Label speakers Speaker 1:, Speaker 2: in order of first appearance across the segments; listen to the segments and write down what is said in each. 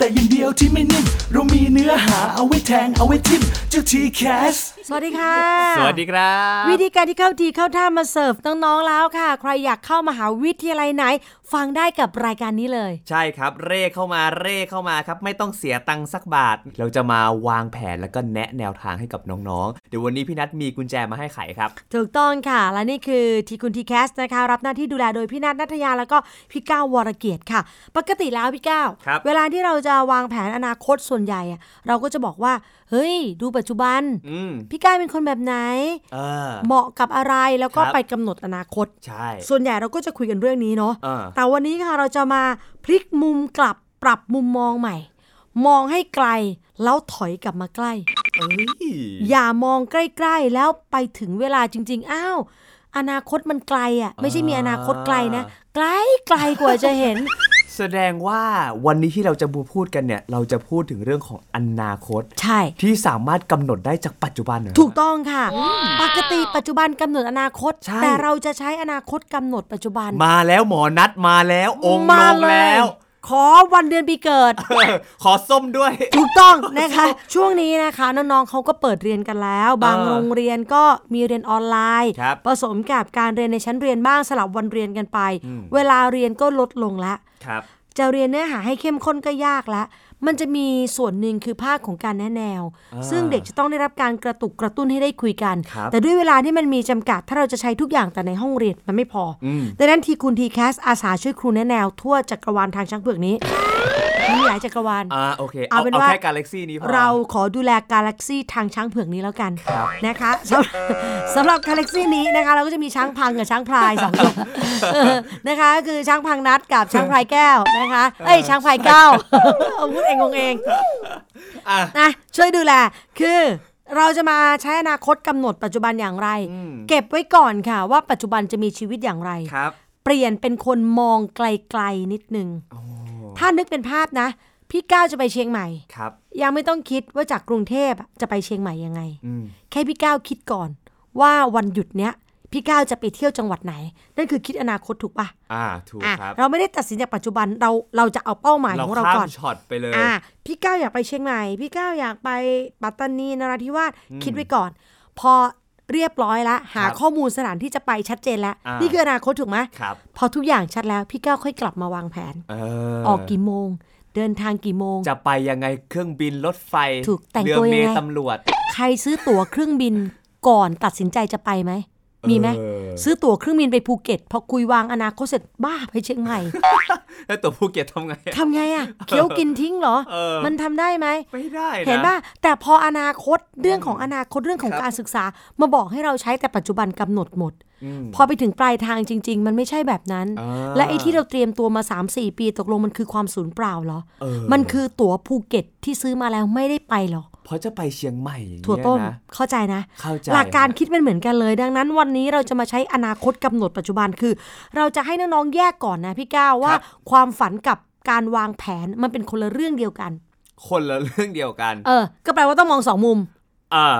Speaker 1: แต่อยังเดียวที่ไม่นิ่มเรามีเนื้อหาเอาไว้แทงเอาไว้ทิมเจ้าทีแคส
Speaker 2: สวัสดีค่ะ
Speaker 3: สวัสดีครับ
Speaker 2: วิธีการที่เข้าทีเข้าท่ามาเสิร์ฟน้องๆแล้วค่ะ ใครอยากเข้ามหาวิทยาลัยไหน ฟังได้กับรายการนี้เลย
Speaker 3: ใช่ครับ เร่เข้ามาเร่เข้ามาครับ ไม่ต้องเสียตังค์สักบาท เราจะมาวางแผนแล้วก็แนะแนวทางให้กับน้องๆ เดี๋ยววันนี้พี่นัทมีกุญแจมาให้ไขครับ
Speaker 2: ถูกต้องค่ะ และนี่คือทีคุณทีแคสนะคะ รับหน้าที่ดูแลโดยพี่นัทนัทยาแล้วก็พี่ก้าววรเกียรติค่ะ ปกติแล้วพี่ก้าว
Speaker 3: ครับ
Speaker 2: เวลาที่เราจะวางแผนอนาคตส่วนใหญ่อะเราก็จะบอกว่า เฮ้ย ดูปัจจุบัน
Speaker 3: อืม
Speaker 2: พี่ก้าวเป็นคนแบบไหน
Speaker 3: เออ
Speaker 2: เหมาะกับอะไรแล้วก็
Speaker 3: ครับ
Speaker 2: ไปกำหนดอนาคต
Speaker 3: ใช่
Speaker 2: ส่วนใหญ่เราก็จะคุยกันเรื่องนี้เนาะ
Speaker 3: เออ
Speaker 2: แต่วันนี้ค่ะเราจะมาพลิกมุมกลับปรับมุมมองใหม่ มองให้ไกลแล้วถอยกลับมาใกล้
Speaker 3: เอ้ย
Speaker 2: อย่ามองใกล้ๆแล้วไปถึงเวลาจริง ๆ อ้าว อนาคตมันไกลอ่ะ ไม่ใช่มีอนาคตไกลนะ ไกลไกลกว่าจะเห็น
Speaker 3: แสดงว่าวันนี้ที่เราจะมาพูดกันเนี่ย เราจะพูดถึงเรื่องของอนาคต
Speaker 2: ใช่
Speaker 3: ที่สามารถกำหนดได้จากปัจจุบันเหรอ
Speaker 2: ถูกต้องค่ะ ปกติปัจจุบันกำหนดอนาคต
Speaker 3: ใช่
Speaker 2: แต่เราจะใช้อนาคตกำหนดปัจจุบัน
Speaker 3: มาแล้วหมอนัดมาแล้วองค์ลง
Speaker 2: ย
Speaker 3: แล้ว
Speaker 2: ขอวันเดือนปีเกิด
Speaker 3: ขอส้มด้วย
Speaker 2: ถูกต้องนะคะ ช่วงนี้นะคะน้องๆเขาก็เปิดเรียนกันแล้ว บาง
Speaker 3: เออ
Speaker 2: โรงเรียนก็มีเรียนออนไลน์
Speaker 3: ครับ
Speaker 2: ผสมกับการเรียนในชั้นเรียนบ้างสลับวันเรียนกันไป
Speaker 3: อืม
Speaker 2: เวลาเรียนก็ลดลงละ
Speaker 3: ครับ
Speaker 2: จะเรียนเนื้อหาให้เข้มข้นก็ยากละ มันจะมีส่วนหนึ่งคือภาคของการแนะแนว
Speaker 3: อ่า
Speaker 2: ซึ่งเด็กจะต้องได้รับการกระตุกกระตุ้นให้ได้คุยกัน
Speaker 3: ครับ
Speaker 2: แต่ด้วยเวลาที่มันมีจำกัด ถ้าเราจะใช้ทุกอย่างแต่ในห้องเรียนมันไม่พออ
Speaker 3: ม
Speaker 2: ดังนั้นทีคุณทีแคสอาสาช่วยครูแนะแนว ทั่วจักรวาลทางช้างเผือกนี้ มีหลายจักรวาล
Speaker 3: อ่าโอเค
Speaker 2: เอา
Speaker 3: เอา
Speaker 2: เป็น
Speaker 3: เอา
Speaker 2: ว่า
Speaker 3: แค่กาแล็กซี่นี้พอ
Speaker 2: เราขอดูแลกาแล็กซีทางช้างเผือกนี้แล้วกัน
Speaker 3: ครับ
Speaker 2: นะคะ สำสำหรับกาแล็กซีนี้นะคะ เราก็จะมีช้างพังกับช้างพลาย สองตัวเออนะคะก็คือช้างพังนัดกับช้างพลายแก้วนะคะเอ้ยช้างพลายเก้าเอา พูดเองงงเอง
Speaker 3: อ่ะ
Speaker 2: นะช่วยดูแลคือเราจะมาใช้อนาคตกำหนดปัจจุบันอย่างไร
Speaker 3: อืม
Speaker 2: เก็บไว้ก่อนค่ะ ว่าปัจจุบันจะมีชีวิตอย่างไร
Speaker 3: ครับ
Speaker 2: เปลี่ยนเป็นคนมองไกลๆนิดนึงถ้านึกเป็นภาพนะ พี่ก้าวจะไปเชียงใหม่
Speaker 3: ครับ
Speaker 2: ยังไม่ต้องคิดว่าจากกรุงเทพอะจะไปเชียงใหม่ยังไง
Speaker 3: อืม
Speaker 2: แค่พี่ก้าวคิดก่อน ว่าวันหยุดเนี้ย พี่ก้าวจะไปเที่ยวจังหวัดไหน นั่นคือคิดอนาคตถูกปะ
Speaker 3: อ่า ถูก
Speaker 2: อ่ะ
Speaker 3: ครับ
Speaker 2: เราไม่ได้ตัดสินจากปัจจุบันเราเราจะเอาเป้าหมาย
Speaker 3: เรา
Speaker 2: ของเรา
Speaker 3: ข้าม
Speaker 2: ก่อน
Speaker 3: ช็อตไปเลย
Speaker 2: อ่ะพี่ก้าวอยากไปเชียงใหม่พี่ก้าวอยากไปปัตตานีนราธิวาสคิดไว้ก่อน พอเรียบร้อยละหา
Speaker 3: ครับ
Speaker 2: ข้อมูลสถานที่จะไปชัดเจนแล้ว
Speaker 3: อ่านี่
Speaker 2: นี่คืออนาคตถูกไหม
Speaker 3: ครับ
Speaker 2: พอทุกอย่างชัดแล้วพี่ก้าวค่อยกลับมาวางแผน
Speaker 3: เอ
Speaker 2: ออกกี่โมง เดินทางกี่โมง
Speaker 3: จะไปยังไงเครื่องบินรถไฟ
Speaker 2: ถูกแต่ง
Speaker 3: เรือ
Speaker 2: ตัวยังไง
Speaker 3: เมล์ตำรวจ
Speaker 2: ใครซื้อตั๋วเครื่องบินก่อนตัดสินใจจะไปไหม มีไหม
Speaker 3: เออ
Speaker 2: ซื้อตั๋วเครื่องบินไปภูเก็ต พอคุยวางอนาคตเสร็จบ้าไปเชียงใหม่
Speaker 3: แล้วตัวภูเก็ตทำไงอะ
Speaker 2: ทำไงอะ่ะ เคี้ยวกินทิ้งเหรอ
Speaker 3: เออ
Speaker 2: มันทำได้ไหม
Speaker 3: ไม่ได้นะ
Speaker 2: เห็นป่ะ แต่พออนาคตเรื่องของอนาคตเรื่องของ
Speaker 3: ครับ
Speaker 2: การศึกษา มาบอกให้เราใช้แต่ปัจจุบันกำหนดหมด พอไปถึงปลายทางจริง ๆ มันไม่ใช่แบบนั้น
Speaker 3: อ่า
Speaker 2: และไอ้ที่เราเตรียมตัวมา 3-4 ปีตกลงมันคือความสูญเปล่าเหรอ
Speaker 3: เออ
Speaker 2: มันคือตั๋วภูเก็ตที่ซื้อมาแล้วไม่ได้ไปเหรอ
Speaker 3: เพราะจะไปเชียงใหม่อย่าง
Speaker 2: ถั่ว
Speaker 3: เงี้ย
Speaker 2: ต้ม
Speaker 3: นะ
Speaker 2: เข้าใจนะ
Speaker 3: เข้าใจ
Speaker 2: หลักการ
Speaker 3: ฮะ
Speaker 2: คิดมันเหมือนกันเลย ดังนั้นวันนี้เราจะมาใช้อนาคตกำหนดปัจจุบันคือ เราจะให้น้องๆแยกก่อนนะพี่ก้าวว่า
Speaker 3: ครับ
Speaker 2: ความฝันกับการวางแผนมันเป็นคนละเรื่องเดียวกัน
Speaker 3: คนละเรื่องเดียวกัน
Speaker 2: เออ ก็แปลว่าต้องมองสองมุม
Speaker 3: เออ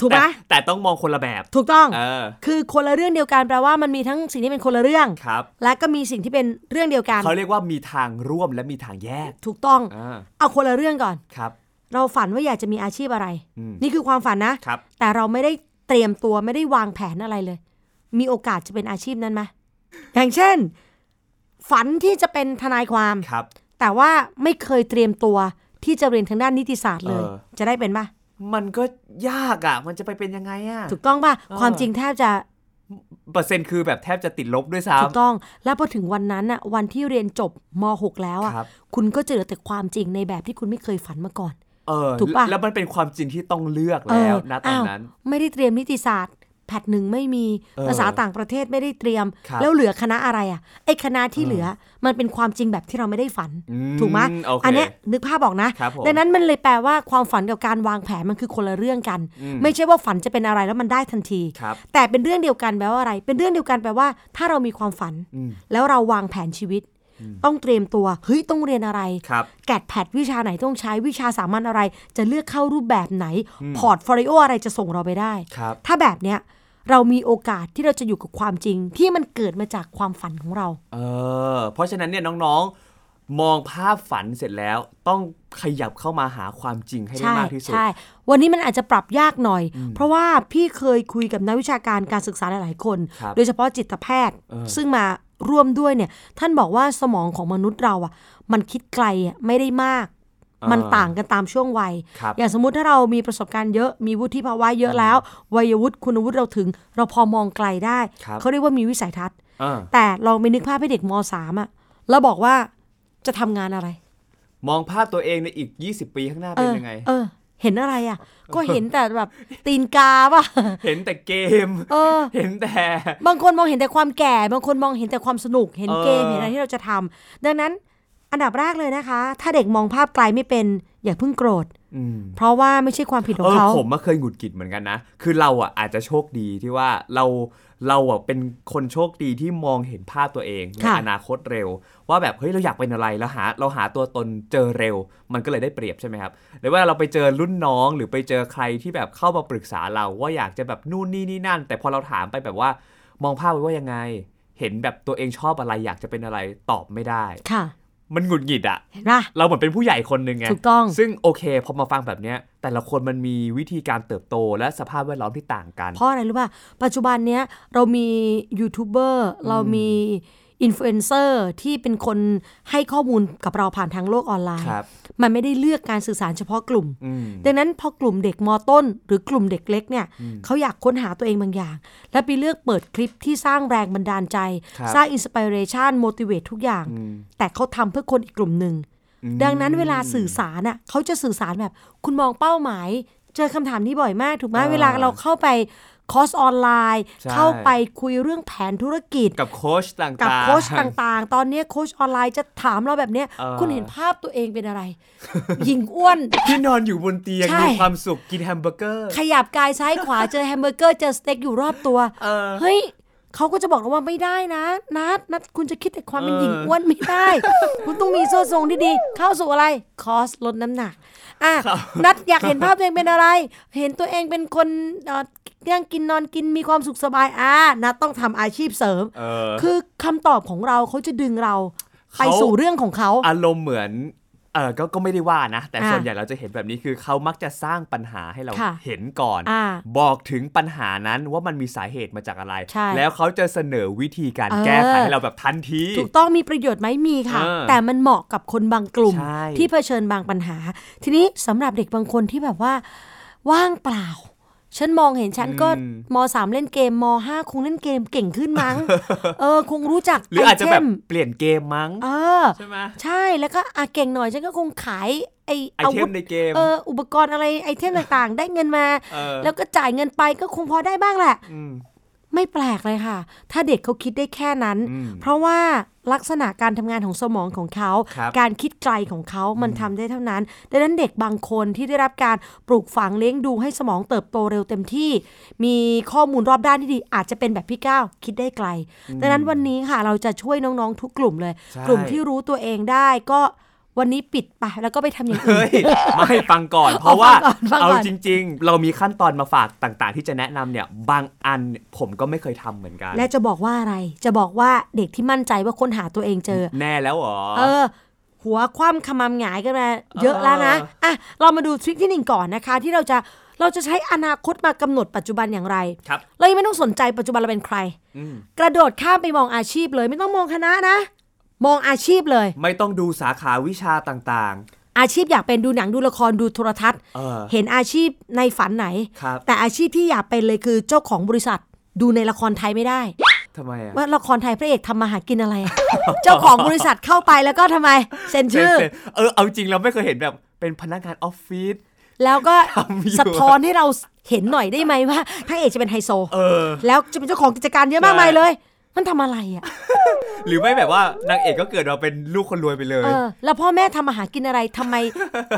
Speaker 2: ถูกปะ
Speaker 3: แต่แต่ต้องมองคนละแบบ
Speaker 2: ถูกต้อง
Speaker 3: เออ
Speaker 2: คือคนละเรื่องเดียวกันแปลว่ามันมีทั้งสิ่งที่เป็นคนละเรื่อง
Speaker 3: ครับ
Speaker 2: และก็มีสิ่งที่เป็นเรื่องเดียวกัน
Speaker 3: เขาเรียกว่ามีทางร่วมและมีทางแยก
Speaker 2: ถูกต้อง
Speaker 3: อ่า
Speaker 2: เอาคนละเรื่องก่อน
Speaker 3: ครับ
Speaker 2: เราฝันว่าอยากจะมีอาชีพอะไร
Speaker 3: อืม
Speaker 2: นี่คือความฝันนะ
Speaker 3: ครับ
Speaker 2: แต่เราไม่ได้เตรียมตัวไม่ได้วางแผนอะไรเลย มีโอกาสจะเป็นอาชีพนั้นไหมอย่างเช่น ฝันที่จะเป็นทนายความ
Speaker 3: ครับ
Speaker 2: แต่ว่าไม่เคยเตรียมตัวที่จะเรียนทางด้านนิติศาสตร์เลย
Speaker 3: เออ
Speaker 2: จะได้เป็นปะ
Speaker 3: มันก็ยากอ่ะ มันจะไปเป็นยังไงอ่ะ
Speaker 2: ถูกต้องปะ
Speaker 3: เออ
Speaker 2: ความจริงแทบจะ
Speaker 3: เปอร์เซ็นต์คือแบบแทบจะติดลบด้วยซ้
Speaker 2: ถูกต้อง แล้วพอถึงวันนั้นอะวันที่เรียนจบม .6 แล้วอะ
Speaker 3: ครับ
Speaker 2: คุณก็จะเหลือแต่ความจริงในแบบที่คุณไม่เคยฝันมาก่อน
Speaker 3: ำเออ
Speaker 2: ถูกปะ
Speaker 3: แล้วมันเป็นความจริงที่ต้องเลือกแล้ว
Speaker 2: เออ
Speaker 3: นะตอนนั้น
Speaker 2: าวไม่ได้เตรียมนิติศาสตร์ แพทหนึ่งไม่มี
Speaker 3: เออ
Speaker 2: ภาษาต่างประเทศไม่ได้เตรียม
Speaker 3: ครับ
Speaker 2: แล้วเหลือคณะอะไรอ่ะไอคณะที่เหลือมันเป็นความจริงแบบที่เราไม่ได้ฝัน
Speaker 3: อื
Speaker 2: ถูกไหม
Speaker 3: โอเค
Speaker 2: อันเนี้ยนึกภาพบอกนะ
Speaker 3: ครับผม
Speaker 2: ดังนั้นมันเลยแปลว่าความฝันกับการวางแผนมันคือคนละเรื่องกัน
Speaker 3: อืม
Speaker 2: ไม่ใช่ว่าฝันจะเป็นอะไรแล้วมันได้ทันที
Speaker 3: ครับ
Speaker 2: แต่เป็นเรื่องเดียวกันแปลว่าอะไร เป็นเรื่องเดียวกันแปลว่า ถ้าเรามีความฝัน
Speaker 3: อืม
Speaker 2: แล้วเราวางแผนชีวิต ต้องเตรียมตัวเฮ้ยต้องเรียนอะไร
Speaker 3: ครับ
Speaker 2: แกดแพดวิชาไหนต้องใช้วิชาสามัญอะไร จะเลือกเข้ารูปแบบไหน พอร์ตโฟลิโออะไรจะส่งเราไปได้
Speaker 3: ครับ
Speaker 2: ถ้าแบบเนี้ยเรามีโอกาสที่เราจะอยู่กับความจริง ที่มันเกิดมาจากความฝันของเรา
Speaker 3: เออ เพราะฉะนั้นเนี่ยน้องๆ มองภาพฝันเสร็จแล้ว ต้องขยับเข้ามาหาความจริงให้ได้
Speaker 2: ใช่
Speaker 3: มากที่สุด
Speaker 2: ใช่วันนี้มันอาจจะปรับยากหน่อย เพราะว่าพี่เคยคุยกับนักวิชาการการศึกษาหลายๆคน
Speaker 3: ครับ
Speaker 2: โดยเฉพาะจิตแพทย์
Speaker 3: เออ
Speaker 2: ซึ่งมาร่วมด้วยเนี่ย ท่านบอกว่าสมองของมนุษย์เราอ่ะ มันคิดไกลอ่ะไม่ได้มาก มันต่างกันตามช่วงวัย
Speaker 3: ครับ
Speaker 2: อย่างสมมติถ้าเรามีประสบการณ์เยอะมีวุฒิภาวะเยอะแล้ว วัยวุฒิคุณวุฒิเราถึง เราพอมองไกลได้
Speaker 3: ครับ
Speaker 2: เขาเรียกว่ามีวิสัยทัศน์
Speaker 3: เออ
Speaker 2: แต่ลองไปนึกภาพให้เด็กมสามอ่ะแล้วบอกว่าจะทำงานอะไร
Speaker 3: มองภาพตัวเองในอีก 20 ปีข้างหน้าเป็นยังไง
Speaker 2: เออ เห็นอะไรอ่ะ ก็เห็นแต่แบบตีนกาป่ะ
Speaker 3: เห็นแต่เกม
Speaker 2: เออ
Speaker 3: เห็นแต่
Speaker 2: บางคนมองเห็นแต่ความแก่ บางคนมองเห็นแต่ความสนุก เห็นเกม
Speaker 3: เออ
Speaker 2: เห็นอะไรที่เราจะทำ ดังนั้นอันดับแรกเลยนะคะ ถ้าเด็กมองภาพไกลไม่เป็น อย่าเพิ่งโกรธ
Speaker 3: อืม
Speaker 2: เพราะว่าไม่ใช่ความผิดขอ
Speaker 3: เองอ
Speaker 2: เขา
Speaker 3: ผมมาเคยหงุดหงิดเหมือนกันนะ คือเราอ่ะอาจจะโชคดีที่ว่าเราเราอ่ะเป็นคนโชคดีที่มองเห็นภาพตัวเองใน
Speaker 2: ค่ะ
Speaker 3: อนาคตเร็ว ว่าแบบเฮ้ยเราอยากเป็นอะไรแล้วหาเราหาตัวตนเจอเร็ว มันก็เลยได้เปรียบใช่ไหมครับหรือว่าเราไปเจอรุ่นน้องหรือไปเจอใครที่แบบเข้ามาปรึกษาเราว่าอยากจะแบบนู่นนี่นี่นั่น แต่พอเราถามไปแบบว่ามองภาพไว้ว่ายังไง เห็นแบบตัวเองชอบอะไรอยากจะเป็นอะไรตอบไม่ได้
Speaker 2: ค่ะ
Speaker 3: มันหงุดหงิดอ่ะ
Speaker 2: เห็นป่ะ
Speaker 3: เราเหมือนเป็นผู้ใหญ่คนหนึ่งไง
Speaker 2: ถูกต้อง
Speaker 3: ซึ่งโอเคพอมาฟังแบบเนี้ย แต่ละคนมันมีวิธีการเติบโตและสภาพแวดล้อมที่ต่างกัน
Speaker 2: เพราะอะไรรู้ป่ะ ปัจจุบันเนี้ยเรามียูทูบเบอร์เรามีอินฟลูเอนเซอร์ที่เป็นคนให้ข้อมูลกับเราผ่านทางโลกออนไลน์
Speaker 3: ครับ
Speaker 2: มันไม่ได้เลือกการสื่อสารเฉพาะกลุ่ม
Speaker 3: อืม
Speaker 2: ดังนั้นพอกลุ่มเด็กมต้น หรือกลุ่มเด็กเล็กเนี่ยเขาอยากค้นหาตัวเองบางอย่าง และไปเลือกเปิดคลิปที่สร้างแรงบันดาลใจ
Speaker 3: ครับ
Speaker 2: สร้างอินสปิเรชันโมดิเวตทุกอย่าง แต่เขาทำเพื่อคนอีกกลุ่มหนึ่ง ดังนั้นเวลาสื่อสารน่ะเขาจะสื่อสารแบบ คุณมองเป้าหมาย เจอคำถามนี้บ่อยมากถูกไหม
Speaker 3: อ่า
Speaker 2: เวลาเราเข้าไปคอร์สออนไลน์
Speaker 3: ใช่
Speaker 2: เข้าไปคุยเรื่องแผนธุรกิจ
Speaker 3: กับโค้ชต่างๆ
Speaker 2: กับโค้ชต่างๆ ตอนเนี้ยโค้ชออนไลน์จะถามเราแบบเนี้ย
Speaker 3: เออ
Speaker 2: คุณเห็นภาพตัวเองเป็นอะไร หญิงอ้วน
Speaker 3: ที่นอนอยู่บนเตียง
Speaker 2: ใช่
Speaker 3: มีความสุขกินแฮมเบอร์เกอร์
Speaker 2: ขยับกายซ้ายขวา เจอแฮมเบอร์เกอร์ เจอสเต็กอยู่รอบตัว
Speaker 3: เออ
Speaker 2: เฮ้ยเขาก็จะบอกเราว่าไม่ได้นะ นัดนัดคุณจะคิดแต่ความเป็นหญิง
Speaker 3: เอออ้
Speaker 2: อ้วนไม่ได้ คุณต้องมีเสื้อทรงที่ดี เข้าสู่อะไร คอสลดน้ำหนัก อ่ะ นัดอยากเห็นภาพตัวเองเป็นอะไร เห็นตัวเองเป็นคนเอ่อยังกินนอนกินมีความสุขสบาย อ่ะนัดต้องทำอาชีพเสริม
Speaker 3: เออ
Speaker 2: คือคำตอบของเราเขาจะดึงเราไป
Speaker 3: เขา
Speaker 2: สู่เรื่องของเขา
Speaker 3: อารมณ์เหมือนเออก็ก็ไม่ได้ว่านะ แต่
Speaker 2: อ่า
Speaker 3: ส่วนใหญ่เราจะเห็นแบบนี้คือเขามักจะสร้างปัญหาให้เรา
Speaker 2: ค่ะ
Speaker 3: เห็นก่อน
Speaker 2: อ่า
Speaker 3: บอกถึงปัญหานั้นว่ามันมีสาเหตุมาจากอะไร
Speaker 2: ใช่
Speaker 3: แล้วเขาจะเสนอวิธีการ
Speaker 2: เออ
Speaker 3: แก้ไขให้เราแบบทันที
Speaker 2: ถูกต้องมีประโยชน์ไหมมีค่ะ
Speaker 3: เออ
Speaker 2: แต่มันเหมาะกับคนบางกลุ่ม
Speaker 3: ใช่
Speaker 2: ที่เผชิญบางปัญหา ทีนี้สำหรับเด็กบางคนที่แบบว่า ว่างเปล่า ฉันมองเห็นฉันก็มสามเล่นเกมมห้าคงเล่นเกมเก่งขึ้น มั้ง เออ คงรู้จัก
Speaker 3: หรืออาจจะแบบ
Speaker 2: ไเทม
Speaker 3: เปลี่ยนเกมมั้ง
Speaker 2: เออ
Speaker 3: ใช่ไหม
Speaker 2: ใช่แล้วก็อาเก่งหน่อยฉันก็คงขายไอ
Speaker 3: ไอเท
Speaker 2: วุธ
Speaker 3: มในเกม
Speaker 2: เอออุปกรณ์อะไรไอเทมต่างๆ ได้เงินมา
Speaker 3: เออ
Speaker 2: แล้วก็จ่ายเงินไปก็คงพอได้บ้างแหละ
Speaker 3: อืม
Speaker 2: ไม่แปลกเลยค่ะ ถ้าเด็กเขาคิดได้แค่นั้น
Speaker 3: อืม
Speaker 2: เพราะว่าลักษณะการทำงานของสมองของเขา
Speaker 3: ครับ
Speaker 2: การคิดไกลของเขา มันทำได้เท่านั้น ดังนั้นเด็กบางคนที่ได้รับการปลูกฝังเลี้ยงดูให้สมองเติบโตเร็วเต็มที่ มีข้อมูลรอบด้านที่ดี อาจจะเป็นแบบพี่ก้าวคิดได้ไกล ดังนั้นวันนี้ค่ะเราจะช่วยน้องๆทุกกลุ่มเลย
Speaker 3: ใช่
Speaker 2: กลุ่มที่รู้ตัวเองได้ก็วันนี้ปิดไปแล้วก็ไปทำอย่างอื่น
Speaker 3: เฮ้ย ไม่ฟังก่อน เพราะว่า
Speaker 2: เอาฟังก่อนฟังก่อน
Speaker 3: เอาจริง ๆ เรามีขั้นตอนมาฝากต่างๆ ที่จะแนะนำเนี่ย บางอันผมก็ไม่เคยทำเหมือนกัน
Speaker 2: และจะบอกว่าอะไร จะบอกว่าเด็กที่มั่นใจว่าค้นหาตัวเองเจอ
Speaker 3: แน่แล้วเหรอ
Speaker 2: เออ หัวคว่ำขมำหงายกันมาเยอะแล้วนะอ่ะเรามาดูทริคที่หนึ่งก่อนนะคะ ที่เราจะเราจะใช้อนาคตมากำหนดปัจจุบันอย่างไร
Speaker 3: ครับ
Speaker 2: เรายังไม่ต้องสนใจปัจจุบันเราเป็นใคร
Speaker 3: อืม
Speaker 2: กระโดดข้ามไปมองอาชีพเลย ไม่ต้องมองคณะนะ มองอาชีพเลย
Speaker 3: ไม่ต้องดูสาขาวิชาต่าง
Speaker 2: อาชีพอยากเป็นดูหนังดูละครดูโทรทัศน์
Speaker 3: ๆ เออ
Speaker 2: เห็นอาชีพในฝันไหน
Speaker 3: ครับ
Speaker 2: แต่อาชีพที่อยากเป็นเลยคือเจ้าของบริษัท ดูในละครไทยไม่ได้
Speaker 3: ทำไมอ่ะ
Speaker 2: ว่าละครไทยพระเอกทำมาหากินอะไร อะ เจ้าของบริษัทเข้าไปแล้วก็ทำไมเซ็นชื่อ
Speaker 3: เซ็นเออ เอาจริงเราไม่เคยเห็นแบบเป็นพนักงานออฟฟิศ
Speaker 2: แล้วก็
Speaker 3: ทำอยู่
Speaker 2: สะท้อนให้เรา เห็นหน่อยได้ไหมว่าพระเอกจะเป็นไฮโซ
Speaker 3: เออ
Speaker 2: แล้วจะเป็นเจ้าของกิจการเยอะมากมายเลย มันทำอะไรอ่ะ
Speaker 3: หรือไม่แบบว่านางเอกก็เกิดมาเป็นลูกคนรวยไปเลย
Speaker 2: เออ แล้วพ่อแม่ทำอาหารกินอะไรทำไม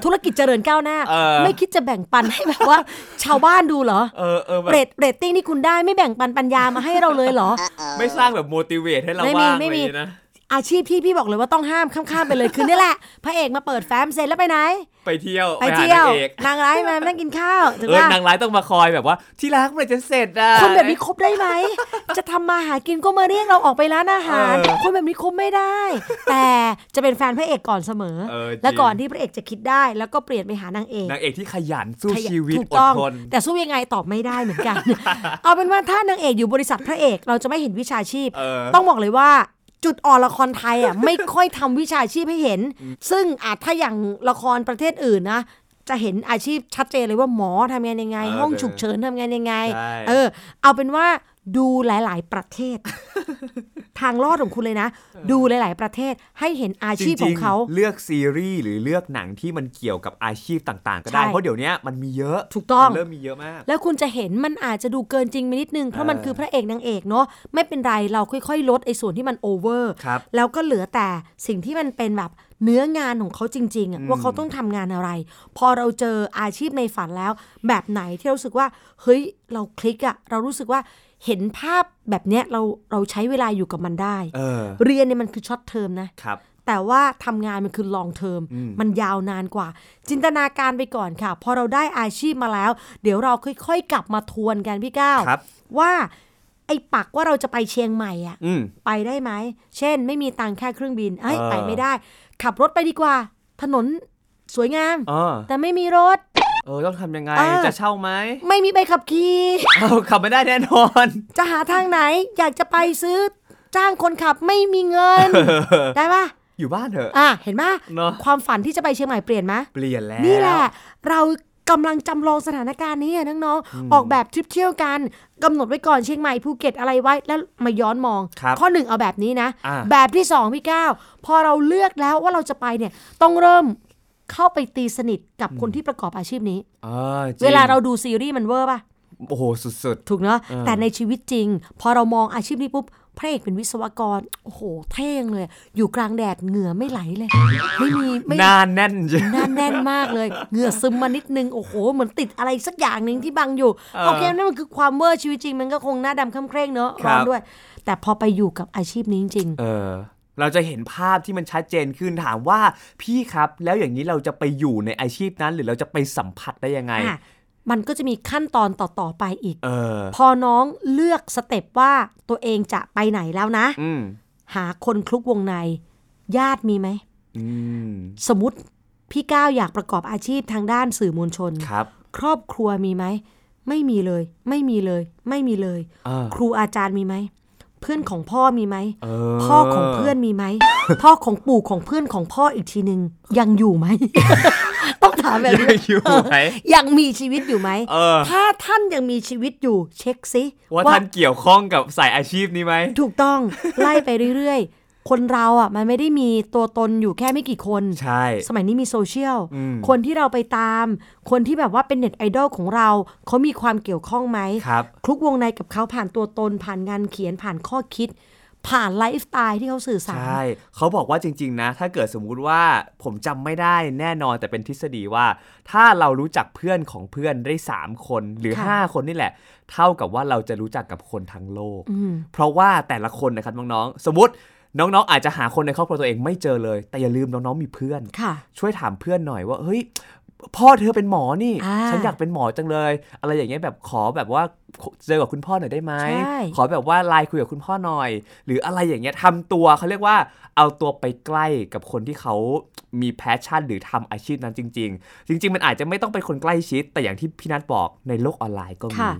Speaker 2: ธุรกิจเจริญก้าวหน้า
Speaker 3: เออ
Speaker 2: ไม่คิดจะแบ่งปันให้แบบว่า ชาวบ้านดูเหรอ
Speaker 3: เออเออแบบ
Speaker 2: เรตเรตติ้งที่คุณได้ไม่แบ่งปันปัญญามาให้เราเลย เหรอ
Speaker 3: ไม่สร้างแบบ motivate ให้เรา
Speaker 2: ไม่มี
Speaker 3: ว่าง
Speaker 2: ไม่
Speaker 3: อะไร
Speaker 2: มี
Speaker 3: อย่างงี้นะ
Speaker 2: อาชีพที่พี่บอกเลยว่าต้องห้ามข้ามๆไปเลย คือนี่แหละ พระเอกมาเปิดแฟ้มเสร็จแล้วไปไหน
Speaker 3: ไปเที่ยว
Speaker 2: ไปเที่ยว
Speaker 3: หานางเอก
Speaker 2: นางร้ายมานั่งกินข้าวถึง
Speaker 3: เออ
Speaker 2: ว่าน
Speaker 3: างร้ายต้องมาคอยแบบว่า ที่รักเมื่อไหร่จะเสร็จอ่ะ
Speaker 2: คนแบบนี้คบได้ไหม จะทำมาหากินก็มาเรียกเราออกไปร้านอาหาร
Speaker 3: เออ
Speaker 2: คนแบบนี้คบไม่ได้ แต่จะเป็นแฟนพระเอกก่อนเสมอ
Speaker 3: เออจริง
Speaker 2: และก่อนที่พระเอกจะคิดได้ แล้วก็เปลี่ยนไปหานางเอก
Speaker 3: นางเอกที่ขยันสู้
Speaker 2: ขยัน
Speaker 3: ชีวิต
Speaker 2: ถูก
Speaker 3: อด
Speaker 2: ต้อง
Speaker 3: ทน
Speaker 2: แต่สู้ยังไงตอบไม่ได้เหมือนกัน เอาเป็นว่าถ้านางเอกอยู่บริษัทพระเอกเราจะไม่เห็นวิชาชีพ
Speaker 3: เออ
Speaker 2: ต้องบอกเลยว่าจุดอ่อนละครไทยอ่ะ ไม่ค่อยทำวิชาชีพให้เห็น ซึ่งอาจถ้าอย่างละครประเทศอื่นนะ จะเห็นอาชีพชัดเจนเลยว่าหมอทำงานยังไง
Speaker 3: เออ
Speaker 2: ห้องฉุกเฉินทำงานยังไง
Speaker 3: ใช่
Speaker 2: เออ เอาเป็นว่าดูหลาย ๆ ประเทศ ทางรอดของคุณเลยนะ ดูหลาย ๆ ประเทศให้เห็นอาชีพของเขา
Speaker 3: จริๆเลือกซีรีส์หรือเลือกหนังที่มันเกี่ยวกับอาชีพต่างๆ ก็ได้
Speaker 2: ใช่
Speaker 3: เพราะเดี๋ยวเนี้ยมันมีเยอะ
Speaker 2: ถูกต้อง
Speaker 3: มันเริ่มมีเยอะมาก
Speaker 2: แล้วคุณจะเห็นมันอาจจะดูเกินจริงไปนิดนึง เพราะมัน
Speaker 3: เออ
Speaker 2: คือพระเอกนางเอกเนาะไม่เป็นไรเราค่อยๆ ลดไอ้ส่วนที่มันโอเวอร์
Speaker 3: ครับ
Speaker 2: แล้วก็เหลือแต่สิ่งที่มันเป็นแบบเนื้องานของเขาจริงๆอะว่าเขาต้องทำงานอะไร พอเราเจออาชีพในฝันแล้ว แบบไหนที่เรารู้สึกว่า เฮ้ย เราคลิกอะเรารู้สึกว่าเห็นภาพแบบเนี้ยเราเราใช้เวลาอยู่กับมันได้
Speaker 3: เออ
Speaker 2: เรียนเนี่ยมันคือช็อตเทอมนะ
Speaker 3: ครับ
Speaker 2: แต่ว่าทำงานมันคือ long term มันยาวนานกว่า จินตนาการไปก่อนค่ะ พอเราได้อาชีพมาแล้ว เดี๋ยวเราค่อยๆ กลับมาทวนกันพี่ก้าว
Speaker 3: ครับ
Speaker 2: ว่าไอ้ปักว่าเราจะไปเชียงใหม่อะ
Speaker 3: อืม
Speaker 2: ไปได้ไหม เช่น ไม่มีตังค่าเครื่องบินเอ้ย
Speaker 3: เออ
Speaker 2: ไปไม่ได้ ขับรถไปดีกว่า ถนนสวยงาม
Speaker 3: เออ
Speaker 2: แต่ไม่มีรถ
Speaker 3: เออต้องทำยังไง
Speaker 2: เออ
Speaker 3: จะเช่าไหม
Speaker 2: ไม่มีใบขับขี่
Speaker 3: เอาขับไม่ได้แน่นอน
Speaker 2: จะหาทางไหน อยากจะไปซื้อจ้างคนขับไม่มีเงิน ได้ปะ
Speaker 3: อยู่บ้านเถอะ
Speaker 2: อ่ะเห็นปะ
Speaker 3: เนอะ
Speaker 2: ความฝันที่จะไปเชียงใหม่เปลี่ยนไหม
Speaker 3: เปลี่ยนแล้ว
Speaker 2: นี่แหละเรากำลังจำลองสถานการณ์นี้อะน้องๆออกแบบทริปเที่ยวกันกำหนดไว้ก่อนเชียงใหม่ภูเก็ตอะไรไว้แล้วมาย้อนมอง
Speaker 3: ครับ
Speaker 2: ข้อหนึ่งเอาแบบนี้นะ
Speaker 3: อ่า
Speaker 2: แบบที่สองพี่ก้าวพอเราเลือกแล้วว่าเราจะไปเนี่ยต้องเริ่มเข้าไปตีสนิทกับคนที่ประกอบอาชีพนี้
Speaker 3: เออจง
Speaker 2: เวลาเราดูซีรีส์มันเวอร์ป่ะ
Speaker 3: โอ้โหสุด
Speaker 2: ถูกเนาะแต่ในชีวิตจริง พอเรามองอาชีพนี้ปุ๊บพระเอกเป็นวิศวกรโอ้โหเท่งเลย อยู่กลางแดดเหงื่อไม่ไหลเลย ไม่มีไม่
Speaker 3: ๆ นานแน่นจริง
Speaker 2: หน้าแน่นมาก เลยเหงื่อซึมมานิดนึง โอ้โห เหมือนติดอะไรสักอย่างหนึ่งที่บังอยู่ โอเค นั่นมันคือความเวอร์ชีวิตจริง มันก็คงหน้าดำค่ำเคร่งเนอะ
Speaker 3: ครับ
Speaker 2: ร้อนด้วย แต่พอไปอยู่กับอาชีพนี้จริง
Speaker 3: เออเราจะเห็นภาพที่มันชัดเจนขึ้นถามว่าพี่ครับ แล้วอย่างนี้เราจะไปอยู่ในอาชีพนั้น หรือเราจะไปสัมผัสได้ยังไง
Speaker 2: ๆ อ่ะ มันก็จะมีขั้นตอนต่อ ๆ ไปอีก
Speaker 3: เออ
Speaker 2: พอน้องเลือกสเต็ปว่าตัวเองจะไปไหนแล้วนะ
Speaker 3: อืม
Speaker 2: หาคนคลุกวงใน ญาติมีไหม
Speaker 3: อืม
Speaker 2: สมมติพี่ก้าวอยากประกอบอาชีพทางด้านสื่อมวลชน
Speaker 3: ครับ
Speaker 2: ครอบครัวมีไหม ไม่มีเลย ไม่มีเลย ไม่มีเลย
Speaker 3: เออ
Speaker 2: ครูอาจารย์มีไหม เพื่อนของพ่อมีไหม
Speaker 3: เอ
Speaker 2: พ่อของเพื่อนมีไหม พ่อของปู่ของเพื่อนของพ่ออีกทีหนึ่งยังอยู่ไหม ต้องถามแบบ
Speaker 3: ยั
Speaker 2: นี้
Speaker 3: งอยู่ไหม
Speaker 2: ยังมีชีวิตอยู่ไหม
Speaker 3: เออ
Speaker 2: ถ้าท่านยังมีชีวิตอยู่ เช็คซิ
Speaker 3: ว่าท่านเกี่ยวข้องกับสายอาชีพนี้ไหม
Speaker 2: ถูกต้อง ไล่ไปเรื่อยๆ คนเราอ่ะ มันไม่ได้มีตัวตนอยู่แค่ไม่กี่คน
Speaker 3: ใช่
Speaker 2: สมัยนี้มีโซเชียล
Speaker 3: อืม
Speaker 2: คนที่เราไปตาม คนที่แบบว่าเป็นเน็ตไอดอลของเรา เขามีความเกี่ยวข้องไหม
Speaker 3: ครับ
Speaker 2: คลุกวงในกับเขาผ่านตัวตน ผ่านงานเขียน ผ่านข้อคิด ผ่านไลฟ์สไตล์ที่เขาสื่อสาร
Speaker 3: ใช่ เขาบอกว่าจริง ๆ นะ ถ้าเกิดสมมุติว่าผมจำไม่ได้แน่นอนแต่เป็นทฤษฎีว่า ถ้าเรารู้จักเพื่อนของเพื่อนได้ 3 คนหรือ
Speaker 2: ค่ะ
Speaker 3: 5 คนนี่แหละ เท่ากับว่าเราจะรู้จักกับคนทั้งโลก เพราะว่าแต่ละคนนะครับน้องๆ สมมติน้องๆ อาจจะหาคนในครอบครัวตัวเองไม่เจอเลย แต่อย่าลืมน้องๆ มีเพื่อน
Speaker 2: ค่ะ
Speaker 3: ช่วยถามเพื่อนหน่อยว่า เฮ้ย พ่อเธอเป็นหมอนี่
Speaker 2: อ่า
Speaker 3: ฉันอยากเป็นหมอจังเลย อะไรอย่างเงี้ยแบบขอแบบว่าเจอกับคุณพ่อหน่อยได้ไหม
Speaker 2: ใช่
Speaker 3: ขอแบบว่าไลน์คุยกับคุณพ่อหน่อย หรืออะไรอย่างเงี้ยทำตัวเขาเรียกว่าเอาตัวไปใกล้กับคนที่เขามีแพชชั่น หรือทำอาชีพนั้นจริง ๆ จริง ๆ มันอาจจะไม่ต้องเป็นคนใกล้ชิด แต่อย่างที่พี่นัทบอกในโลกออนไลน์ก็มี
Speaker 2: ค่ะ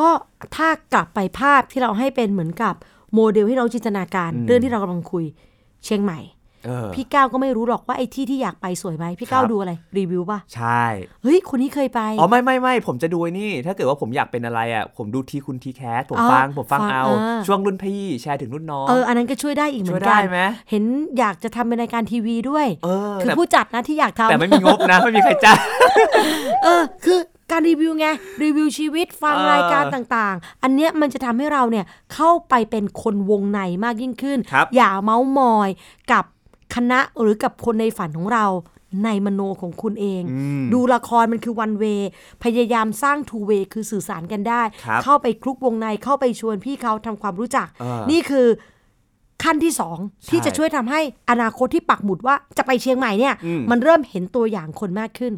Speaker 2: ก็ถ้ากลับไปภาพที่เราให้เป็นเหมือนกับโมเดลที่เราจินตนาการ เรื่องที่เรากำลังคุย เชียงใหม่
Speaker 3: เออ
Speaker 2: พี่ก้าวก็ไม่รู้หรอกว่าไอ้ที่ที่อยากไปสวยไหมพี่ก้าว
Speaker 3: ครับ
Speaker 2: ดูอะไรรีวิวป่ะ
Speaker 3: ใช่
Speaker 2: เฮ้ยคนนี้เคยไป
Speaker 3: อ๋อไม่ไม่ไม่ผมจะดูไอ้นี่ ถ้าเกิดว่าผมอยากเป็นอะไรอ่ะผมดูทีคุณทีแคสผม
Speaker 2: อ๋อ
Speaker 3: ฟังผมฟัง
Speaker 2: ฟัง
Speaker 3: เอา
Speaker 2: อ่า
Speaker 3: ช่วงรุ่นพี่แชร์ถึงรุ่นน้อง
Speaker 2: เอออันนั้นก็ช่วยได้อีกเหมือ
Speaker 3: ช่วย
Speaker 2: นกั
Speaker 3: ได้
Speaker 2: น
Speaker 3: ไหม
Speaker 2: เห็นอยากจะทำเป็นรายการทีวีด้วย
Speaker 3: เออ
Speaker 2: คือ
Speaker 3: แต่
Speaker 2: ผู้จัดนะที่อยากทำ
Speaker 3: แต่ไม่มีงบ นะ ไม่มีใครจ้าง
Speaker 2: เออคือการรีวิวไง รีวิวชีวิตฟัง
Speaker 3: เออ
Speaker 2: รายการต่างๆ อันเนี้ยมันจะทำให้เราเนี่ยเข้าไปเป็นคนวงในมากยิ่งขึ้น
Speaker 3: ครับ
Speaker 2: อย่าเมาส์มอยกับคณะหรือกับคนในฝันของเราในมโนของคุณเอง
Speaker 3: อืม
Speaker 2: ดูละครมันคือวันเวพยายามสร้างทูเวคือสื่อสารกันได้
Speaker 3: ครับ
Speaker 2: เข้าไปคลุกวงในเข้าไปชวนพี่เขาทำความรู้จัก
Speaker 3: เออ
Speaker 2: นี่คือขั้นที่สองที่
Speaker 3: ใช่
Speaker 2: จะช่วยทำให้อนาคตที่ปักหมุดว่าจะไปเชียงใหม่เนี่ย
Speaker 3: อืม
Speaker 2: มันเริ่มเห็นตัวอย่างคนมากขึ้น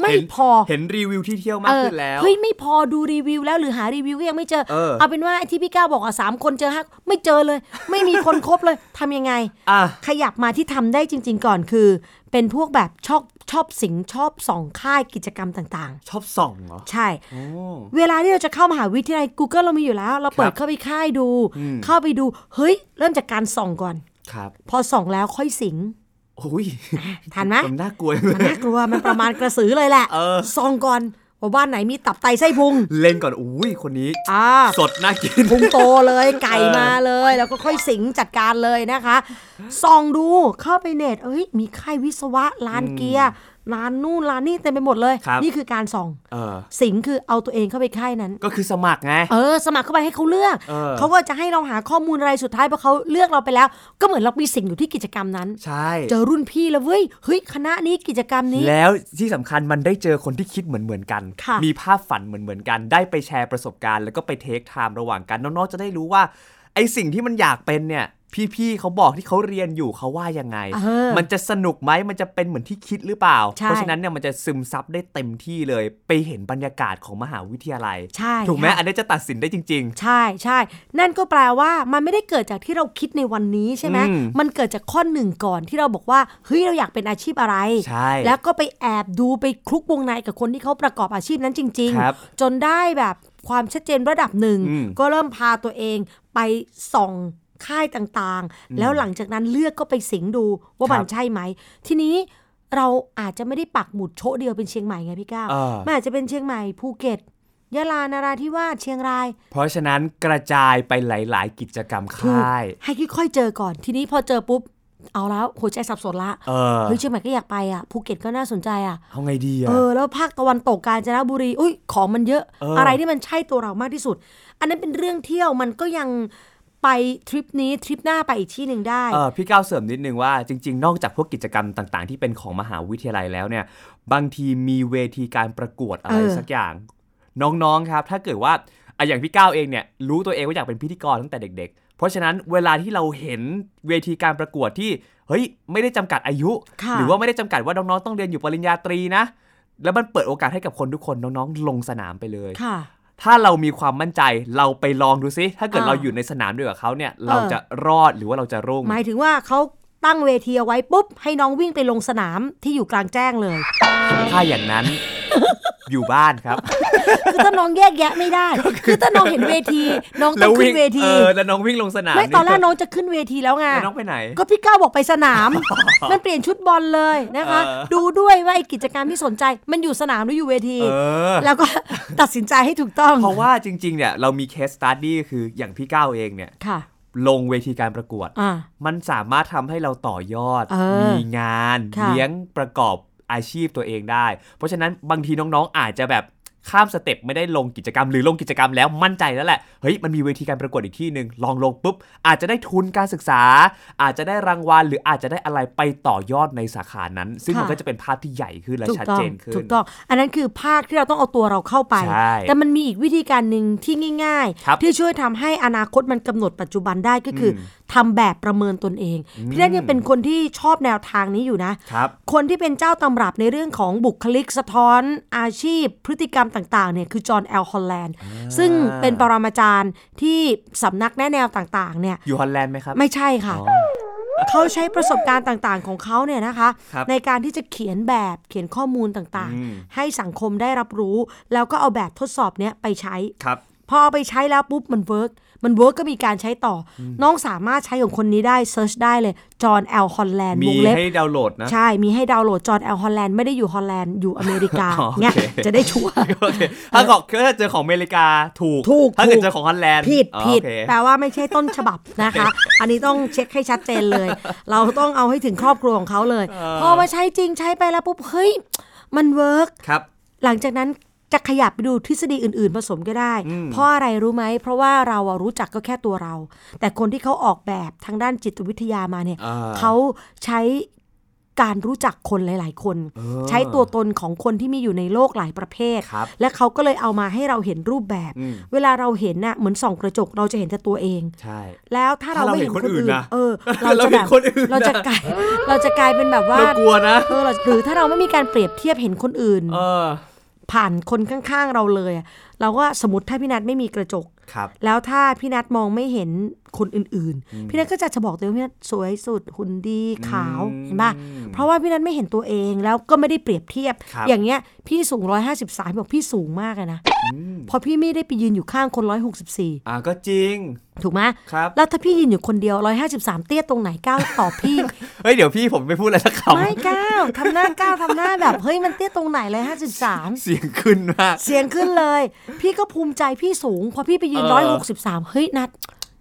Speaker 2: ไม่
Speaker 3: เห็น
Speaker 2: พอ
Speaker 3: เห็นรีวิวที่เที่ยวมาก
Speaker 2: เออ
Speaker 3: ขึ้นแล้ว
Speaker 2: เฮ้ยไม่พอดูรีวิวแล้วหรือหารีวิวก็ยังไม่เจอ
Speaker 3: เออ
Speaker 2: เอาเป็นว่าไอ้ที่พี่ก้าวบอกอ่ะสามคนเจอห้าไม่เจอเลย ไม่มีคนครบเลย ทำยังไง
Speaker 3: อ่ะ
Speaker 2: ขยับมาที่ทำได้จริง ๆ ก่อนคือ เป็นพวกแบบชอบชอบสิงชอบส่องค่ายกิจกรรมต่าง
Speaker 3: ชอบส่องเหรอ
Speaker 2: ๆ ใช่
Speaker 3: โอ้
Speaker 2: เวลาที่เราจะเข้ามหาวิทยาลัย Google เรามีอยู่แล้ว เราเปิด
Speaker 3: ครับ
Speaker 2: เข้าไปค่ายดู
Speaker 3: อืม
Speaker 2: เข้าไปดูเฮ้ย เริ่มจากการส่องก่อน
Speaker 3: ครับ
Speaker 2: พอส่องแล้วค่อยสิง
Speaker 3: โอ้ย
Speaker 2: ทั นไหม
Speaker 3: มันน่ากลัวจังเล
Speaker 2: มัน
Speaker 3: ย
Speaker 2: น่ากลัวมันประมาณกระสือเลยแหละ
Speaker 3: เออ
Speaker 2: ซองก่อนว่าบ้านไหนมีตับไตไส้พุง
Speaker 3: เล่นก่อนอุ้ยคนนี้
Speaker 2: อ่า
Speaker 3: สดน่ากิน
Speaker 2: พุงโต เลยไก่
Speaker 3: เออ
Speaker 2: มาเลย แล้วก็ค่อยสิงจัดการเลยนะคะซองดูเข้าไปเน็ตเอ้ย มีค่ายวิศวะร้านเกียร์ร้านนู่นร้านนี่เต็มไปหมดเลย
Speaker 3: ครับ
Speaker 2: นี่คือการส่อง
Speaker 3: เออ
Speaker 2: สิงคือเอาตัวเองเข้าไปค่ายนั้น
Speaker 3: ก็คือสมัครไง
Speaker 2: เออ สมัครเข้าไปให้เขาเลือก
Speaker 3: เออ
Speaker 2: เขาก็จะให้เราหาข้อมูลอะไรสุดท้ายพอเขาเลือกเราไปแล้ว ก็เหมือนเรามีสิงอยู่ที่กิจกรรมนั้น
Speaker 3: ใช่
Speaker 2: เจอรุ่นพี่แล้วเว้ยเฮ้ยคณะนี้กิจกรรมนี้
Speaker 3: แล้วที่สำคัญมันได้เจอคนที่คิดเหมือนเหมือนๆกัน
Speaker 2: ค่ะ
Speaker 3: มีภาพฝันเหมือนเหมือนๆกัน ได้ไปแชร์ประสบการณ์แล้วก็ไปเทคไทม์ระหว่างกัน น้องๆจะได้รู้ว่า ไอสิ่งที่มันอยากเป็นเนี่ย พี่ๆเขาบอกที่เขาเรียนอยู่เขาว่ายังไง
Speaker 2: เออ
Speaker 3: มันจะสนุกไหมมันจะเป็นเหมือนที่คิดหรือเปล่า
Speaker 2: ใช่
Speaker 3: เพราะฉะนั้นเนี่ยมันจะซึมซับได้เต็มที่เลย ไปเห็นบรรยากาศของมหาวิทยาลัย
Speaker 2: ใช่
Speaker 3: ถูกไหม
Speaker 2: ค่ะ
Speaker 3: อันนี้จะตัดสินได้จริง
Speaker 2: ใช่ใช่นั่นก็แปลว่ามันไม่ได้เกิดจากที่เราคิดในวันนี้ใช่ไหม
Speaker 3: อืม
Speaker 2: มันเกิดจากข้อหนึ่งก่อนที่เราบอกว่าเฮ้ยเราอยากเป็นอาชีพอะไร
Speaker 3: ใช่
Speaker 2: แล้วก็ไปแอบดูไปคลุกวงในกับคนที่เขาประกอบอาชีพนั้นจริง
Speaker 3: ครับ
Speaker 2: ๆ จนได้แบบความชัดเจนระดับหนึ่ง
Speaker 3: อืม
Speaker 2: ก็เริ่มพาตัวเองไปส่องค่ายต่างๆ แล้วหลังจากนั้นเลือกก็ไปสิงดูว่ามันใช่ไหม ทีนี้เราอาจจะไม่ได้ปักหมุดโชะเดียวเป็นเชียงใหม่ไงพี่ก้าว
Speaker 3: เออ
Speaker 2: มันอาจจะเป็นเชียงใหม่ภูเก็ตยะลานาราธิวาสเชียงราย
Speaker 3: เพราะฉะนั้นกระจายไปหลาย ๆ กิจกรรม
Speaker 2: ถูก
Speaker 3: ค่าย
Speaker 2: ให้ค่อยๆเจอก่อนทีนี้พอเจอปุ๊บ เอาแล้วหัวใจสับสนละ
Speaker 3: เออ
Speaker 2: เฮ้ยเชียงใหม่ก็อยากไปอ่ะภูเก็ตก็น่าสนใจอ่ะ
Speaker 3: เอาไงดีอะ
Speaker 2: เออแล้วภาคตะวันตกกาญจนบุรีอุ้ยของมันเยอะ
Speaker 3: เอออ
Speaker 2: อะไรที่มันใช่ตัวเรามากที่สุด อันนั้นเป็นเรื่องเที่ยวมันก็ยังไปทริปนี้ทริปหน้าไปอีกที่หนึ่งได้
Speaker 3: เออพี่ก้าวเสริมนิดนึงว่าจริง ๆ นอกจากพวกกิจกรรมต่างๆ ที่เป็นของมหาวิทยาลัยแล้วเนี่ย บางทีมีเวทีการประกวดอะไร
Speaker 2: เออ
Speaker 3: สักอย่าง น้องๆครับ ถ้าเกิดว่าอะอย่างพี่ก้าวเองเนี่ยรู้ตัวเองว่าอยากเป็นพิธีกรตั้งแต่เด็ก ๆ เพราะฉะนั้นเวลาที่เราเห็นเวทีการประกวดที่เฮ้ยไม่ได้จำกัดอายุ
Speaker 2: ค่ะ
Speaker 3: หรือว่าไม่ได้จำกัดว่าน้องๆต้องเรียนอยู่ปริญญาตรีนะแล้วมันเปิดโอกาสให้กับคนทุกคนน้องๆ ลงสนามไปเลย
Speaker 2: ค่ะ
Speaker 3: ถ้าเรามีความมั่นใจเราไปลองดูซิ ถ้าเกิด
Speaker 2: อ่า
Speaker 3: เราอยู่ในสนามเดียวกับเขาเนี่ยเรา
Speaker 2: เออ
Speaker 3: จะรอดหรือว่าเราจะรุ่ง
Speaker 2: หมายถึงว่าเขาตั้งเวทีเอาไว้ปุ๊บให้น้องวิ่งไปลงสนามที่อยู่กลางแจ้งเลย
Speaker 3: ถ้าอย่าง นั้น อยู่บ้านครับ
Speaker 2: คือถ้าน้องแยกแยะไม่ได้ คือถ้าน้องเห็นเวที น้องต้
Speaker 3: แล้
Speaker 2: อ
Speaker 3: ว
Speaker 2: งขึ้
Speaker 3: วิ่ง
Speaker 2: นเวที
Speaker 3: เออแล้วน้องวิ่งลงสนาม
Speaker 2: ไม่ตอนแรก
Speaker 3: เย
Speaker 2: น้องจะขึ้นเวทีแล้วไง
Speaker 3: แล้วน้องไปไหน
Speaker 2: ก็พี่ก้าวบอกไปส นาม มันเปลี่ยนชุดบอลเลยนะคะ
Speaker 3: เออ
Speaker 2: ดูด้วยว่าไอ้กิจกรรมที่สนใจ มันอยู่สนามหรืออยู่เวที
Speaker 3: เออ
Speaker 2: แล้วก็ ตัดสินใจให้ถูกต้อง
Speaker 3: เพราะว่าจริง ๆ เนี่ยเรามีเคสสตัดดี้คืออย่างพี่ก้าวเองเนี่ย
Speaker 2: ค่ะ
Speaker 3: ลงเวทีการประกวด
Speaker 2: อ่า
Speaker 3: มันสามารถทำให้เราต่อยอด
Speaker 2: เออ
Speaker 3: มีงาน
Speaker 2: ค่ะ
Speaker 3: เลี้ยงประกอบอาชีพตัวเองได้ เพราะฉะนั้นบางทีน้องๆ อาจจะแบบข้ามสเต็ปไม่ได้ลงกิจกรรม หรือลงกิจกรรมแล้วมั่นใจแล้วแหละ เฮ้ยมันมีเวทีการประกวดอีกที่หนึ่งลองลงปุ๊บ อาจจะได้ทุนการศึกษา อาจจะได้รางวัล หรืออาจจะได้อะไรไปต่อยอดในสาขานั้น ซึ่งมัน
Speaker 2: ค่ะ
Speaker 3: ก็จะเป็นภาพที่ใหญ่ขึ้นและ
Speaker 2: ถูก
Speaker 3: ชัด
Speaker 2: ต้อ
Speaker 3: เจ
Speaker 2: ง
Speaker 3: นขึ้น
Speaker 2: ถูกต้อง อันนั้นคือภาคที่เราต้องเอาตัวเราเข้าไป
Speaker 3: ใช่
Speaker 2: แต่มันมีอีกวิธีการหนึ่งที่ง่าย
Speaker 3: ครับ
Speaker 2: ที่ช่วยทำให้อนาคตมันกำหนดปัจจุบันได้ก็คืออทำแบบประเมินตนเอง พี่นัทยังเป็นคนที่ชอบแนวทางนี้อยู่นะ
Speaker 3: ครับ
Speaker 2: คนที่เป็นเจ้าตำรับในเรื่องของบุคลิกสะท้อนอาชีพ พฤติกรรมต่างๆเนี่ยคือจอห์นแอลฮอลแลนด์ซึ่งเป็นปรมาจารย์ที่สำนักแนะแนวต่างๆเนี่ย
Speaker 3: อยู่ฮอลแลนด์ไหมครับ
Speaker 2: ไม่ใช่ค่ะ เขาใช้ประสบการณ์ต่างๆของเขาเนี่ยนะคะ
Speaker 3: ครับ
Speaker 2: ในการที่จะเขียนแบบเขียนข้อมูลต่าง
Speaker 3: อืม
Speaker 2: ๆ ให้สังคมได้รับรู้ แล้วก็เอาแบบทดสอบเนี้ยไปใช้
Speaker 3: ครับ
Speaker 2: พอเอาไปใช้แล้วปุ๊บมันเวิร์ก มันเวิร์กก็มีการใช้ต่ออน้องสามารถใช้ของคนนี้ได้เซิร์ชได้เลยจอห์นแอลฮอลแลนด์ว
Speaker 3: มี
Speaker 2: งเล็บ
Speaker 3: ให้ดาวน์โหลดนะ
Speaker 2: ใช่ มีให้ดาวน์โหลดจอห์นแอลฮอลแลนด์ไม่ได้อยู่ฮอลแลนด์อยู่อเมริกา
Speaker 3: อ๋อโอเค
Speaker 2: เนี่ยจะได้ชัวร์
Speaker 3: โอเคถ้าของถ้าเจอของอเมริกาถูก
Speaker 2: ถูก
Speaker 3: ถ้าเกิด
Speaker 2: ถูก
Speaker 3: เจอของฮอลแลนด์
Speaker 2: ผิด
Speaker 3: อ๋อ
Speaker 2: ผิด
Speaker 3: โอเค
Speaker 2: แปลว่าไม่ใช่ต้นฉบับนะคะ อันนี้ต้องเช็คให้ชัดเจนเลย เราต้องเอาให้ถึงครอบครัวของเขาเลย
Speaker 3: เออ
Speaker 2: พอมาใช้จริงใช้ไปแล้วปุ๊บ เฮ้ย มันเวิร์ก
Speaker 3: ครับ
Speaker 2: หลังจากนั้นจะขยับไปดูทฤษฎีอื่น ๆ ผสมก็ได้ เพราะอะไรรู้ไหม เพราะว่าเราอะรู้จักก็แค่ตัวเรา แต่คนที่เขาออกแบบทางด้านจิตวิทยามาเนี่ย
Speaker 3: อ่า
Speaker 2: เขาใช้การรู้จักคนหลาย ๆ คน ใช้ตัวตนของคนที่มีอยู่ในโลกหลายประเภท
Speaker 3: ครับ
Speaker 2: และเขาก็เลยเอามาให้เราเห็นรูปแบบ
Speaker 3: อืม
Speaker 2: เวลาเราเห็นน่ะเหมือนส่องกระจกเราจะเห็นแต่ตัวเอง
Speaker 3: ใช่
Speaker 2: แล้วถ้าเรา
Speaker 3: ถ้าเรา
Speaker 2: ไม่เห็นคนอื่น
Speaker 3: เห็นคนอื่นนะ
Speaker 2: เออ
Speaker 3: เรา
Speaker 2: จะ
Speaker 3: เห็น
Speaker 2: แบบ
Speaker 3: คนอื่นนะ
Speaker 2: เราจะกลายเราจะกลายเป็นแบบว่า
Speaker 3: เรากลัวนะ
Speaker 2: เออเราหรือถ้าเราไม่มีการเปรียบเทียบเห็นคนอื่น
Speaker 3: เออ
Speaker 2: ผ่านคนข้างๆเราเลยอะเราก็สมมติถ้าพี่นัทไม่มีกระจก
Speaker 3: ครับ
Speaker 2: แล้วถ้าพี่นัทมองไม่เห็นคนอื่นๆ พี่นัทก็จะจะบอกตัวเองว่าพี่นัทสวยสุดหุ่นดีขาว
Speaker 3: อืม
Speaker 2: เห็นปะเพราะว่าพี่นัทไม่เห็นตัวเองแล้วก็ไม่ได้เปรียบเทียบ
Speaker 3: ครับ
Speaker 2: อย่างเงี้ยพี่สูง 153บอกพี่สูงมากเลยนะเพอพี่ไม่ได้ไปยืนอยู่ข้างคน 164
Speaker 3: อ่าก็จริง
Speaker 2: ถูกไหม
Speaker 3: ครับ
Speaker 2: แล้วถ้าพี่ยืนอยู่คนเดียว 153 เตี้ยตรงไหนก้าวต่อ พี่
Speaker 3: เฮ้ย เดี๋ยวพี่ผมไม่พูดอะไรสักค
Speaker 2: ไม่ก้าวทำหน้าก้าวทำหน้าแบบเฮ้ยมันเตี้ยตรงไหนเลย53
Speaker 3: ำ เสียงขึ้นมาก
Speaker 2: เสียงขึ้นเลย พี่ก็ภูมิใจพี่สูง พอพี่ไปยืน
Speaker 3: เออ
Speaker 2: ร้อยหกสิบสามเฮ้ย นัด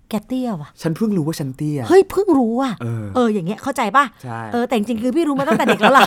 Speaker 2: แกเตี้ยว่ะ
Speaker 3: ฉันเพิ่งรู้ว่าฉันเตี้ย
Speaker 2: เฮ้ย เพิ่งรู้อ่ะ
Speaker 3: เออ
Speaker 2: อย่างเงี้ยเข้าใจป่ะ
Speaker 3: ใช่
Speaker 2: เออแต่จริงๆคือพี่รู้มาตั้งแต่เด็กแล้ว ล่ะ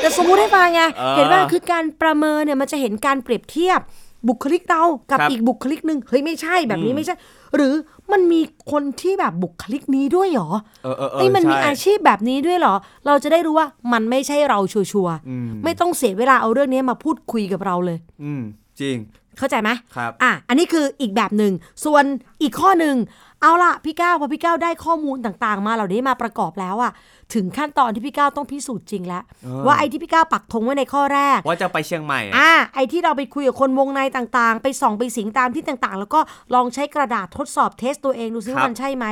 Speaker 2: แต่สมมติให้ฟังไง
Speaker 3: เออ
Speaker 2: เห็นว่าคือการประเมินเนี่ยมันจะเห็นการเปรียบเทียบบุคลิกเรากับ
Speaker 3: ครับ
Speaker 2: อีกบุคลิกหนึ่งเฮ้ยไม่ใช่แบบนี้ไม่ใช่ หรือมันมีคนที่แบบบุคลิกนี้ด้วยเหรอ
Speaker 3: เออเออเออ
Speaker 2: เฮ้ยมันมี
Speaker 3: ใช่
Speaker 2: อาชีพแบบนี้ด้วยเหรอ เราจะได้รู้ว่ามันไม่ใช่เราชัวร์ๆไม่ต้องเสียเวลาเอาเรื่องนี้มาพูดคุยกับเราเลย
Speaker 3: อืม จริง
Speaker 2: เข้าใจไหม
Speaker 3: ครับ
Speaker 2: อ่ะ อันนี้คืออีกแบบหนึ่ง ส่วนอีกข้อหนึ่ง เอาล่ะ พี่ก้าวพอพี่ก้าวได้ข้อมูลต่างๆ มาเหล่านี้มาประกอบแล้วอะถึงขั้นตอนที่พี่ก้าวต้องพิสูจน์จริงแล้ว ว่าไอ้ที่พี่ก้าวปักธงไว้ในข้อแรก
Speaker 3: ว่าจะไปเชียงใหม่อะ
Speaker 2: อ่า ไอ้ที่เราไปคุยกับคนวงในต่างๆ ไปส่องไปสิงตามที่ต่างๆ แล้วก็ลองใช้กระดาษทดสอบเทสตัวเองดูซิว่ามันใช่ไหม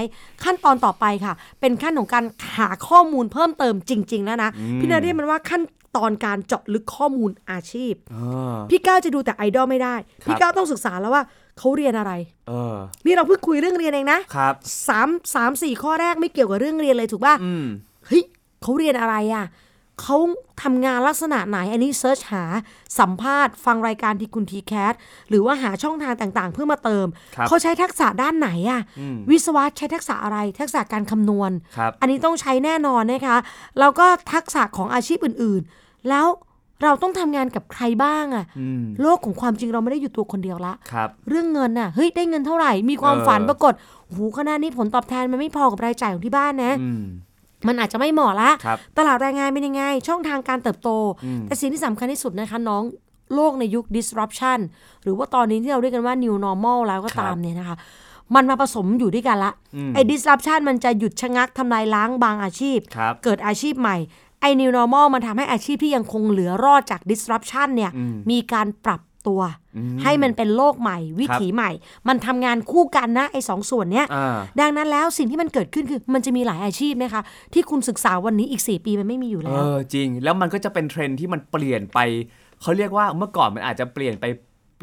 Speaker 2: ขั้นตอนต่อไปค่ะ เป็นขั้นของการหาข้อมูลเพิ่มเติมจริง ๆ แล้วนะ พี่นาเรียกมันว่าขั้นตอนการเจาะลึกข้อมูลอาชีพ
Speaker 3: เออ
Speaker 2: พี่ก้าวจะดูแต่ไอดอลไม่ได้
Speaker 3: ครับ
Speaker 2: พี่ก้าวต้องศึกษาแล้วว่าเขาเรียนอะไร
Speaker 3: เออ
Speaker 2: นี่เราเพิ่งคุยเรื่องเรียนเองนะครับ สามสามสี่ข้อแรกไม่เกี่ยวกับเรื่องเรียนเลยถูกป่ะ
Speaker 3: อืม
Speaker 2: เฮ้ยเขาเรียนอะไรอ่ะเขาทำงานลักษณะไหนอันนี้เซิร์ชหาสัมภาษณ์ ฟังรายการทีคุณทีแคสหรือว่าหาช่องทางต่างๆ เพื่อมาเติม
Speaker 3: ครับ
Speaker 2: เขาใช้ทักษะด้านไหนอ่ะวิศวะใช้ทักษะอะไร ทักษะการคำนวณ
Speaker 3: ครับ
Speaker 2: อันนี้ต้องใช้แน่นอนนะคะแล้วก็ทักษะของอาชีพอื่นๆ แล้วเราต้องทำงานกับใครบ้างอะ
Speaker 3: อืม
Speaker 2: โลกของความจริงเราไม่ได้อยู่ตัวคนเดียวละ
Speaker 3: ครับ
Speaker 2: เรื่องเงินน่ะ เฮ้ย ได้เงินเท่าไหร่ มีความฝัน
Speaker 3: เออ
Speaker 2: ปรากฏหูขนาดนี้ผลตอบแทนมันไม่พอกับรายจ่ายของที่บ้านนะ
Speaker 3: อืม
Speaker 2: มันอาจจะไม่เหมาะละ
Speaker 3: ครับ
Speaker 2: ตลาดแรงงานเป็นยังไง ช่องทางการเติบโต แต่สิ่งที่สำคัญที่สุดนะคะน้องโลกในยุค disruption หรือว่าตอนนี้ที่เราเรียกกันว่า new normal แล้วก็ตามเนี่ยนะคะ มันมาผสมอยู่ด้วยกันละไอ้ disruption มันจะหยุดชะงักทำลายล้างบางอาชีพ
Speaker 3: ครับ
Speaker 2: เกิดอาชีพใหม่ ไอ้ new normal มันทำให้อาชีพที่ยังคงเหลือรอดจาก disruption เนี่ย มีการปรับตัว ให้มันเป็นโลกใหม่ วิถีใหม่ มันทำงานคู่กันนะไอ้สองส่วนเนี้ย
Speaker 3: อ่า
Speaker 2: ดังนั้นแล้วสิ่งที่มันเกิดขึ้นคือมันจะมีหลายอาชีพไหมคะ ที่คุณศึกษาวันนี้อีก 4 ปีมันไม่มีอยู่
Speaker 3: เอ
Speaker 2: แล้ว
Speaker 3: อจริงแล้วมันก็จะเป็นเทรนด์ที่มันเปลี่ยนไปเขาเรียกว่าเมื่อก่อนมันอาจจะเปลี่ยนไป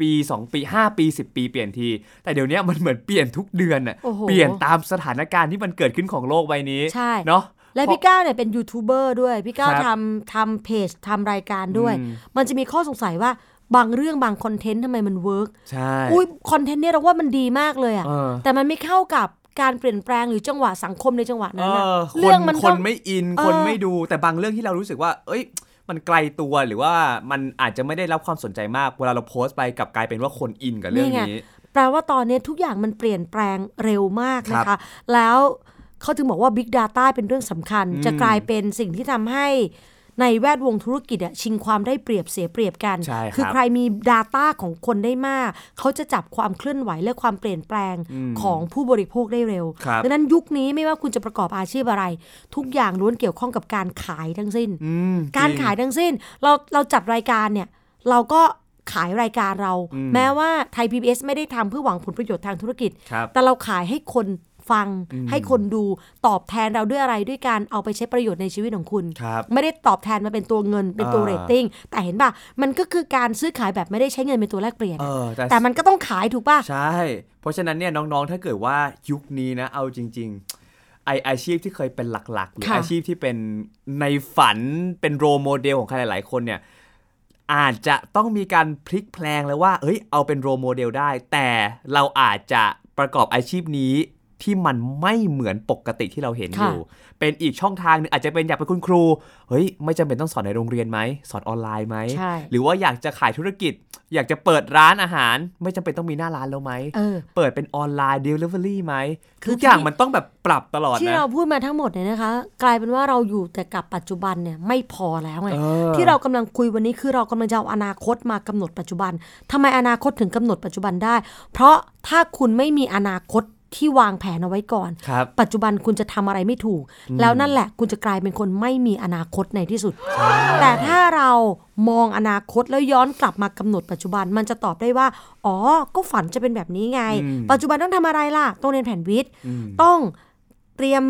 Speaker 3: ปี 2 ปี 5 ปี 10 ปีเปลี่ยนที แต่เดี๋ยวเนี้ยมันเหมือนเปลี่ยนทุกเดือนอ่ะ
Speaker 2: โอ้โห
Speaker 3: เปลี่ยนตามสถานการณ์ที่มันเกิดขึ้นของโลกใบนี้
Speaker 2: ใช่
Speaker 3: เนาะ
Speaker 2: และพี่ก้าวเนี่ยเป็นยูทูบเบอร์ด้วย พี่ก้าว
Speaker 3: ครับ
Speaker 2: ทำทำเพจทำรายการด้วย มันจะมีข้อสงสัยว่าบางเรื่องบางคอนเทนต์ทำไมมันเวิร์ก
Speaker 3: ใช่
Speaker 2: อุ้ยคอนเทนต์เนี่ยเราว่ามันดีมากเลยอะ
Speaker 3: เออ
Speaker 2: แต่มันไม่เข้ากับการเปลี่ยนแปลงหรือจังหวะสังคมในจังหวะ
Speaker 3: เอ
Speaker 2: นั้นอะ
Speaker 3: อค
Speaker 2: เรื่อ
Speaker 3: น
Speaker 2: งมัน
Speaker 3: ค
Speaker 2: ก็
Speaker 3: นไม่อิน
Speaker 2: เออ
Speaker 3: คนไม่ดูแต่บางเรื่องที่เรารู้สึกว่า เอ้ย มันไกลตัวหรือว่ามันอาจจะไม่ได้รับความสนใจมากเวลาเราโพสต์ไปกลับกลายเป็นว่าคนอินกับเรื่อง
Speaker 2: นี่ไง
Speaker 3: นี้
Speaker 2: แปลว่าตอนนี้ทุกอย่างมันเปลี่ยนแปลงเร็วมากนะ
Speaker 3: ครั
Speaker 2: คะ
Speaker 3: บ
Speaker 2: แล้วเขาถึงบอกว่า Big Data เป็นเรื่องสำคัญ จะกลายเป็นสิ่งที่ทำให้ในแวดวงธุรกิจอะชิงความได้เปรียบเสียเปรียบกัน
Speaker 3: ใช่ครับ
Speaker 2: คือใครมี Data ของคนได้มาก เขาจะจับความเคลื่อนไหวและความเปลี่ยนแปลงของผู้บริโภคได้เร็ว
Speaker 3: ครับ
Speaker 2: ดังนั้นยุคนี้ไม่ว่าคุณจะประกอบอาชีพอะไร ทุกอย่างล้วนเกี่ยวข้องกับการขายทั้งสิ้น
Speaker 3: อืม
Speaker 2: การ
Speaker 3: จง
Speaker 2: ขายทั้งสิ้นเราเราจัดรายการเนี่ย เราก็ขายรายการเรา แม้ว่าไทย PBS ไม่ได้ทำเพื่อหวังผลประโยชน์ทางธุรกิจ
Speaker 3: ครับ
Speaker 2: แต่เราขายให้คน ฟังให้คนดูตอบแทนเราด้วยอะไรด้วยการเอาไปใช้ประโยชน์ในชีวิตของคุณ
Speaker 3: ครับ
Speaker 2: ไม่ได้ตอบแทนมาเป็นตัวเงินเป็นตัว
Speaker 3: อ่า
Speaker 2: เรตติ้งแต่เห็นป่ะมันก็คือการซื้อขายแบบไม่ได้ใช้เงินเป็นตัวแลกเปลี่ยน
Speaker 3: เออแต่
Speaker 2: แต่มันก็ต้องขายถูกป่ะ
Speaker 3: ใช่ เพราะฉะนั้นเนี่ยน้องๆ ถ้าเกิดว่ายุคนี้นะ เอาจริง ๆ ไออาชีพที่เคยเป็นหลักๆ หรือ
Speaker 2: ค่ะ
Speaker 3: อาชีพที่เป็นในฝันเป็นโรโมเดลของใครหลายๆ คนเนี่ยอาจจะต้องมีการพลิกแพลงแล้วว่า เอ้ย เอาเป็นโรโมเดลได้ แต่เราอาจจะประกอบอาชีพนี้ที่มันไม่เหมือนปกติที่เราเห็นอ
Speaker 2: ค่ะ
Speaker 3: ยู่ เป็นอีกช่องทางหนึงอาจจะเป็นอยากเป็นคุณครู เฮ้ย ไม่จำเป็นต้องสอนในโรงเรียนไหม สอนออนไลน์ไหม
Speaker 2: ใช่
Speaker 3: หรือว่าอยากจะขายธุรกิจ อยากจะเปิดร้านอาหาร ไม่จำเป็นต้องมีหน้าร้านแล้วไหม
Speaker 2: เออ
Speaker 3: เปิดเป็นออนไลน์เดลิเวอรี่ไหม
Speaker 2: คือ
Speaker 3: ทุกอย่าง
Speaker 2: ที่
Speaker 3: มันต้องแบบปรับตลอด
Speaker 2: ที่
Speaker 3: นะ
Speaker 2: เราพูดมาทั้งหมดเนี่ยนะคะ กลายเป็นว่าเราอยู่แต่กับปัจจุบันเนี่ยไม่พอแล้วไง
Speaker 3: เออ
Speaker 2: ที่เรากำลังคุยวันนี้คือเรากำลังจะเอาอนาคตมากำหนดปัจจุบันทำไมอนาคตถึงกำหนดปัจจุบันได้ เพราะถ้าคุณไม่มีอนาคตที่วางแผนเอาไว้ก่อน
Speaker 3: ครับ
Speaker 2: ปัจจุบันคุณจะทำอะไรไม่ถูก แล้วนั่นแหละคุณจะกลายเป็นคนไม่มีอนาคตในที่สุด แต่ถ้าเรามองอนาคตแล้วย้อนกลับมากำหนดปัจจุบันมันจะตอบได้ว่า อ๋อ ก็ฝันจะเป็นแบบนี้ไง ปัจจุบันต้องทำอะไรล่ะ ต้องเรียนแผนวิทย์ ต้องเตรียม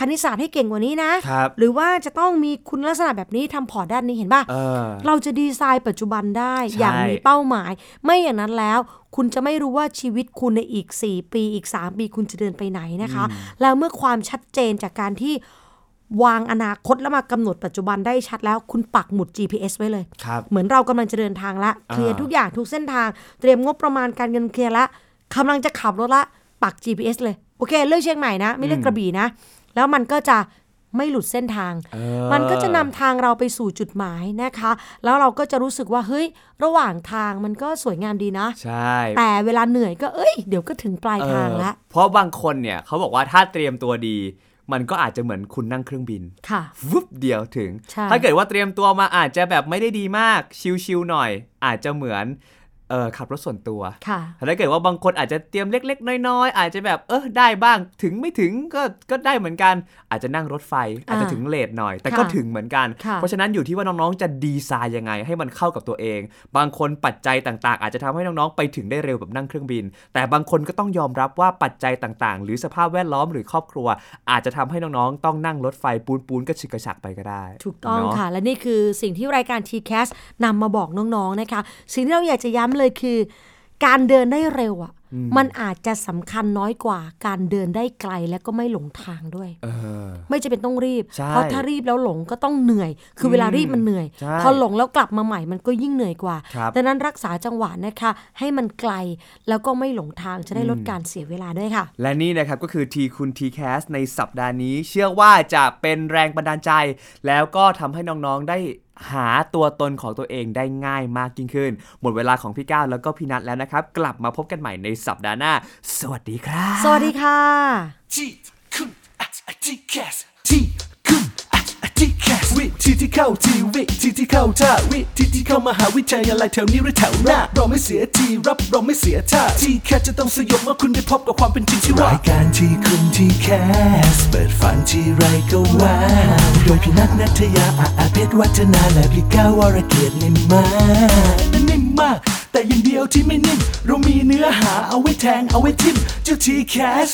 Speaker 2: คณิตศาสตร์ให้เก่งกว่านี้นะ
Speaker 3: ครับ
Speaker 2: หรือว่าจะต้องมีคุณลักษณะแบบนี้ทำพอร์ตด้านนี้เห็นป่ะ
Speaker 3: เออ
Speaker 2: เราจะดีไซน์ปัจจุบันได้
Speaker 3: ใช่
Speaker 2: อย่างมีเป้าหมาย ไม่อย่างนั้นแล้ว คุณจะไม่รู้ว่าชีวิตคุณในอีก 4 ปีอีก 3 ปีคุณจะเดินไปไหนนะคะ แล้วเมื่อความชัดเจนจากการที่วางอนาคตแล้วมากำหนดปัจจุบันได้ชัดแล้วคุณปักหมุด GPS ไว้เลย
Speaker 3: ครับ
Speaker 2: เหมือนเรากำลังจะเดินทางละเคลียร์ทุกอย่างทุกเส้นทาง เตรียมงบประมาณการเงินเคลียร์ละกำลังจะขับรถละปัก GPS เลย โอเค เลือกเชียงใหม่นะ ไม่เลือกกระบี่นะ แล้วมันก็จะไม่หลุดเส้นทาง
Speaker 3: เออ
Speaker 2: มันก็จะนำทางเราไปสู่จุดหมายนะคะ แล้วเราก็จะรู้สึกว่าเฮ้ย ระหว่างทางมันก็สวยงามดีนะ
Speaker 3: ใช่
Speaker 2: แต่เวลาเหนื่อยก็เอ้ยเดี๋ยวก็ถึงปลายทางละ
Speaker 3: เออเพราะบางคนเนี่ยเขาบอกว่าถ้าเตรียมตัวดี มันก็อาจจะเหมือนคุณนั่งเครื่องบิน
Speaker 2: ค่ะ
Speaker 3: วึบเดียวถึง
Speaker 2: ใช่
Speaker 3: ถ้าเกิดว่าเตรียมตัวมาอาจจะแบบไม่ได้ดีมาก ชิลๆหน่อย อาจจะเหมือนเออขับรถส่วนตัว
Speaker 2: ค่ะ
Speaker 3: แต่ถ้าเกิดว่าบางคนอาจจะเตรียมเล็ก ๆ น้อยๆ อาจจะแบบเออได้บ้าง ถึงไม่ถึงก็ก็ได้เหมือนกัน อาจจะนั่งรถไฟ อาจจะถึงเลทหน่อย แต่ก็
Speaker 2: ค่ะ
Speaker 3: ถึงเหมือนกัน
Speaker 2: ค่ะ
Speaker 3: เพราะฉะนั้นอยู่ที่ว่าน้องๆ จะดีไซน์ยังไง ให้มันเข้ากับตัวเอง บางคนปัจจัยต่างๆ อาจจะทำให้น้องๆ ไปถึงได้เร็วแบบนั่งเครื่องบิน แต่บางคนก็ต้องยอมรับว่าปัจจัยต่างๆ หรือสภาพแวดล้อมหรือครอบครัว อาจจะทำให้น้องๆ ต้องนั่งรถไฟปูนๆ ก็ฉึกกระฉักไปก็ได้
Speaker 2: ถูกต้อง
Speaker 3: เนา
Speaker 2: ค่ะ และนี่คือสิ่งที่รายการ t c a s สนำมาบอกน้องๆนะคะ สิ่งที่เราอยากจะย้ำเลยคือ การเดินได้เร็วอะ่ะ มันอาจจะสำคัญน้อยกว่า การเดินได้ไกลและก็ไม่หลงทางด้วย ไม่จะเป็นต้องรีบ
Speaker 3: ใช่
Speaker 2: เพราะถ้ารีบแล้วหลงก็ต้องเหนื่อย คือเวลารีบมันเหนื่อย
Speaker 3: ใช่
Speaker 2: พอหลงแล้วกลับมาใหม่มันก็ยิ่งเหนื่อยกว่า
Speaker 3: ครับ
Speaker 2: ดังนั้นรักษาจังหวะนะคะ ให้มันไกลแล้วก็ไม่หลงทางจะได้ลดการเสียเวลาด้วยค่ะ
Speaker 3: และนี่นะครับก็คือทีคุณทีแคสในสัปดาห์นี้ เชื่อว่าจะเป็นแรงบันดาลใจ แล้วก็ทำให้น้องๆ ได้หาตัวตนของตัวเองได้ง่ายมากยิ่งขึ้น หมดเวลาของพี่ก้าวแล้วก็พี่นัทแล้วนะครับ กลับมาพบกันใหม่ในสัปดาห์หน้า สวัสดีครับ
Speaker 2: สวัสดีค่ะ
Speaker 1: ที่คุณอาจจะแคสที่คุณอาจจะแคสวิธีที่เข้าที่วิธีที่เข้าท่าวิธีที่เข้ามหาวิทยาลัยแถวนี้หรือแถวหน้าเราไม่เสียทีรับเราไม่เสียท่าที่แคสจะต้องสยบเมื่อคุณได้พบกับความเป็นจริงที่ว่ารายการที่คุณที่แคสเปิดฝันที่ไรก็ว้าวโดยพี่นัทนัทยาอาอาเพชรวัฒนาและพี่ก้าววรเกียรตินิ่มมากนิ่มมาก แต่อย่างเดียวที่ไม่นิ่มเรามีเนื้อหาเอาไว้แทงเอาไว้ทิมเจ้าทีแคส